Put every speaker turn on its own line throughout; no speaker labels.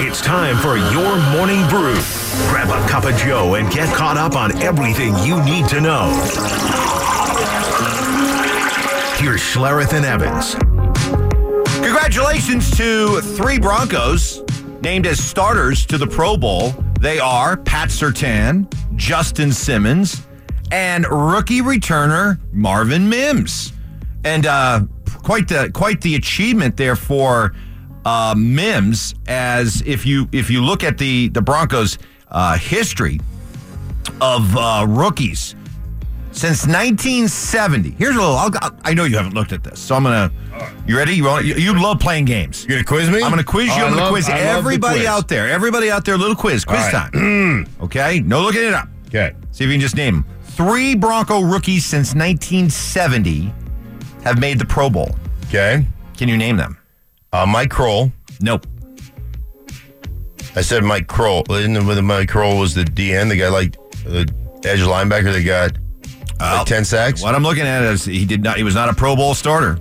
It's time for your morning brew. Grab a cup of Joe and get caught up on everything you need to know. Here's Schlereth and Evans.
Congratulations to three Broncos named as starters to the Pro Bowl. They are Pat Sertan, Justin Simmons, and rookie returner Marvin Mims. And uh, quite the quite the achievement there for uh, Mims. As if you if you look at the the Broncos' uh, history of uh, rookies since 1970. Here's a little. I'll, I know you haven't looked at this, so I'm gonna. You ready? You want? You, you love playing games.
You gonna quiz me?
I'm gonna quiz you.
Oh,
I'm
I
gonna
love-
quiz
I love the
everybody
quiz.
out there. Everybody out there. Little quiz. Quiz
All right. Mm.
time. okay. No looking it up.
Okay.
See if you can just name 'em. Three Bronco rookies since 1970 have made the Pro Bowl.
Okay.
Can you name them?
Uh, Mike Kroll.
Nope.
I said Mike Kroll. And with Mike Kroll was the DN, the guy like the edge linebacker that got like,
Oh.
10 sacks.
What I'm looking at is he did not. He was not a Pro Bowl starter.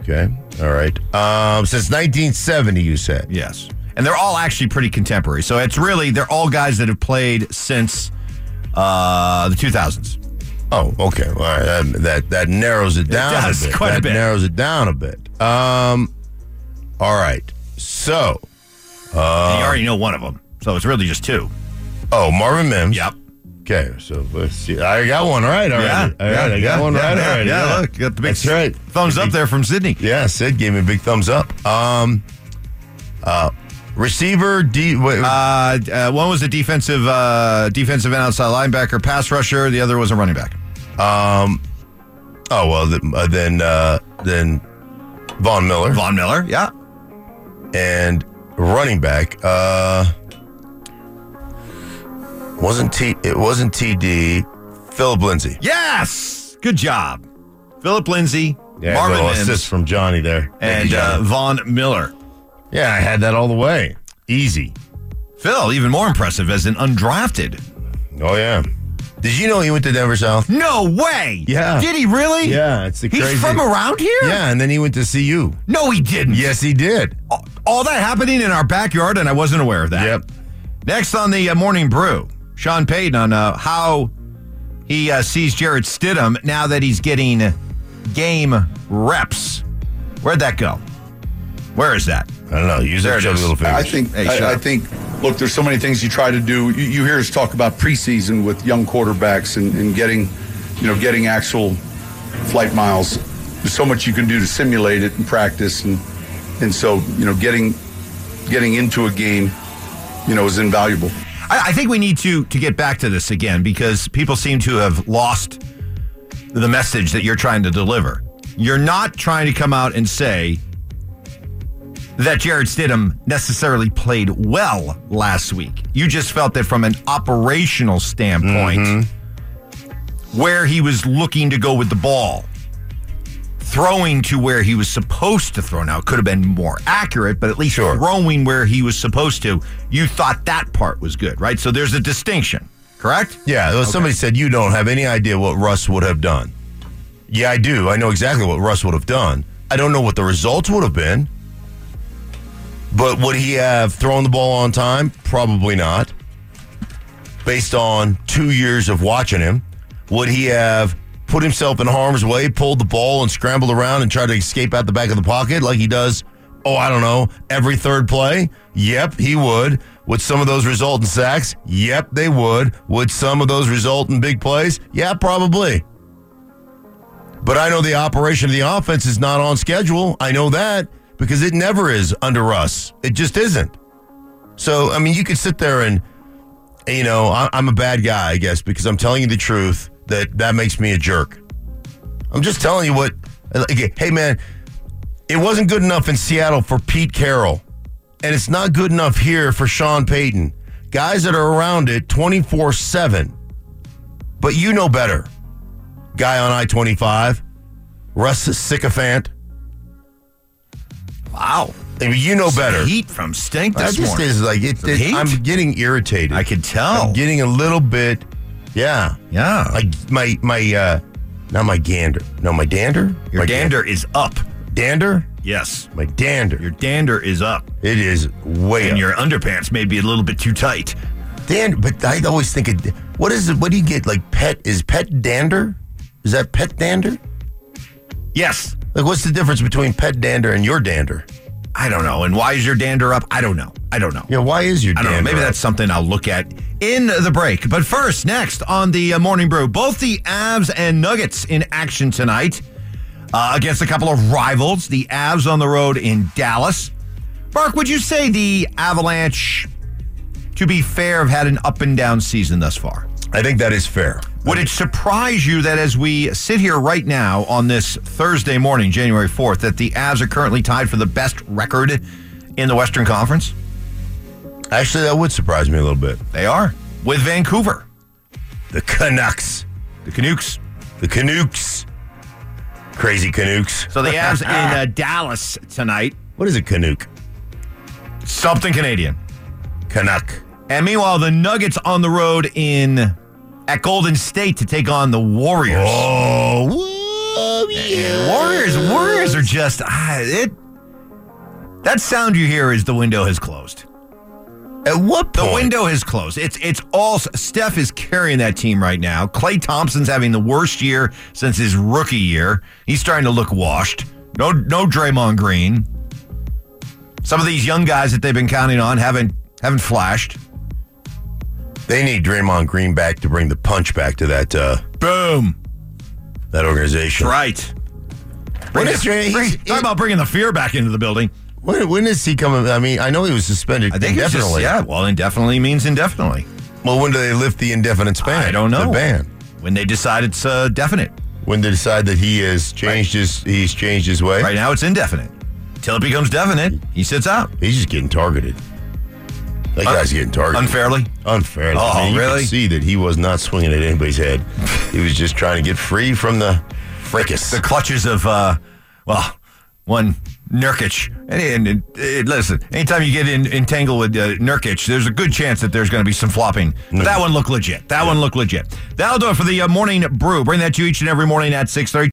Okay. All right. Um, since 1970, you said.
Yes. And they're all actually pretty contemporary. So it's really they're all guys that have played since uh, the 2000s.
Oh, okay. All right. That that, that narrows it down
does
a bit.
quite a
that
bit.
narrows it down a bit. Um, all right. So,
And you already know one of them. So it's really just two.
oh, Marvin Mims.
Yep.
Okay. So let's see. I got one right already.
Yeah.
All right. I got
yeah,
one
yeah,
right
yeah,
already.
Yeah, look, got the big
That's right.
thumbs up there from Sydney.
Yeah, Sid gave me a big thumbs up. Um, uh, receiver D. Wait,
Uh, uh, one was a defensive uh, defensive and outside linebacker, pass rusher. The other was a running back.
oh well, th- uh, then uh, then Von Miller
Von Miller. Yeah.
and running back. Uh, wasn't T? It wasn't TD. Philip Lindsay.
Yes. Good job, Philip Lindsay,
Yeah,
Marvin
little
Mims,
assist from Johnny there. Thank
and
you,
uh,
Johnny.
Von Miller.
yeah, I had that all the way. Easy.
Phil, even more impressive as an undrafted.
Oh yeah. Did you know he went to Denver South?
No way.
Yeah.
Did he really?
Yeah, it's the
He's
crazy.
from around here.
yeah, and then he went to CU.
No, he didn't.
Yes, he did.
All- All that happening in our backyard, and I wasn't aware of that.
Yep.
Next on the uh, morning brew, Sean Payton on uh, how he uh, sees Jared Stidham now that he's getting game reps. Where'd that go? Where is that?
I don't know. Use
There
their
it
chubby
is.
little fingers.
I think.
Hey, shut
I, I
up.
think. Look, there's so many things you try to do. You, you hear us talk about preseason with young quarterbacks and, and getting, you know, getting actual flight miles. There's so much you can do to simulate it and practice, and and so you know, getting getting into a game, you know, is invaluable.
I, I think we need to to get back to this again because people seem to have lost the message that you're trying to deliver. You're not trying to come out and say that Jared Stidham necessarily played well last week. You just felt that from an operational standpoint, where he was looking to go with the ball, throwing to where he was supposed to throw. Now, it could have been more accurate, but at least
Sure.
throwing where he was supposed to, you thought that part was good, right? So there's a distinction, correct?
Yeah, well, somebody said you don't have any idea what Russ would have done. Yeah, I do. I know exactly what Russ would have done. I don't know what the results would have been. But would he have thrown the ball on time? Probably not. Based on 2 years of watching him, would he have put himself in harm's way, pulled the ball and scrambled around and tried to escape out the back of the pocket like he does? Oh, I don't know, every third play? Yep, he would. Would some of those result in sacks? Yep, they would. Would some of those result in big plays? Yeah, probably. But I know the operation of the offense is not on schedule. I know that because it never is under Russ. It just isn't. So, I mean, you could sit there and, you know, I- I'm a bad guy, I guess, because I'm telling you the truth that that makes me a jerk. I'm just telling you what, like, hey, man, it wasn't good enough in Seattle for Pete Carroll, and it's not good enough here for Sean Payton. Guys that are around it 24 7. But you know better guy on I 25, Russ the sycophant.
Wow.
I mean, you know better.
Heat from stink
That
this
just
morning.
is like, it,
The
it-
heat?
I'm getting irritated.
I oh. could tell.
I'm getting a little bit, yeah.
yeah.
My, my, my, uh, not my gander. No, my dander?
Your
my
dander is up.
Dander?
Yes.
My dander.
Your dander is up,
it is way
and
up.
your underpants may be a little bit too tight.
dander. But I always think of what is it? What do you get? Like pet is pet dander? Is that pet dander?
Yes.
Like what's the difference between pet dander and your dander?
I don't know. And why is your dander up? I don't know. I don't know.
Yeah, why is your
I
dander?
don't know. Maybe
up?
that's something I'll look at in the break. But first, next on the uh, Morning Brew, both the Avs and Nuggets in action tonight uh, against a couple of rivals. The Avs on the road in Dallas. Mark, would you say the Avalanche, to be fair, have had an up and down season thus far?
I think that is fair.
Would it surprise you that as we sit here right now on this Thursday morning, January 4th, that the Avs are currently tied for the best record in the Western Conference?
Actually, that would surprise me a little bit.
They are with Vancouver,
The Canucks.
the Canucks.
The Canucks. Crazy Canucks.
So the Avs in uh, Dallas tonight,
What is a Canuck?
something Canadian.
Canuck.
And meanwhile, the Nuggets on the road in at Golden State to take on the Warriors.
Oh,
And Warriors, Warriors are just ah, it. That sound you hear is the window has closed.
At what
The
point?
window has closed. It's it's all Steph is carrying that team right now. Clay Thompson's having the worst year since his rookie year. He's starting to look washed. No no Draymond Green. Some of these young guys that they've been counting on haven't haven't flashed.
They need Draymond Green back to bring the punch back to that uh,
Boom.
that organization.
Right.
When
Bring
is
the-
Dray-
bring-
he's-
talk about bringing the fear back into the building.
When, when is he coming? I mean, I know he was suspended
I think it's just-
indefinitely.
yeah. Well, indefinitely means indefinitely.
Well, when do they lift the indefinite span?
I don't know.
The ban.
When they decide it's uh, definite.
When they decide that he has changed his he's changed his way.
Right now, it's indefinite. Till it becomes definite, he sits out
He's just getting targeted. That
Un-
guy's getting targeted.
unfairly.
Unfairly.
Oh,
I mean, you could
really?
see that he was not swinging at anybody's head. he was just trying to get free from the fracas.
the clutches of uh, well, one Nurkic. And, and, and, and listen, anytime you get in, entangled with uh, Nurkic, there's a good chance that there's going to be some flopping. But That one looked legit. That one looked legit. That'll do it for the uh, morning brew. Bring that to you each and every morning at six thirty.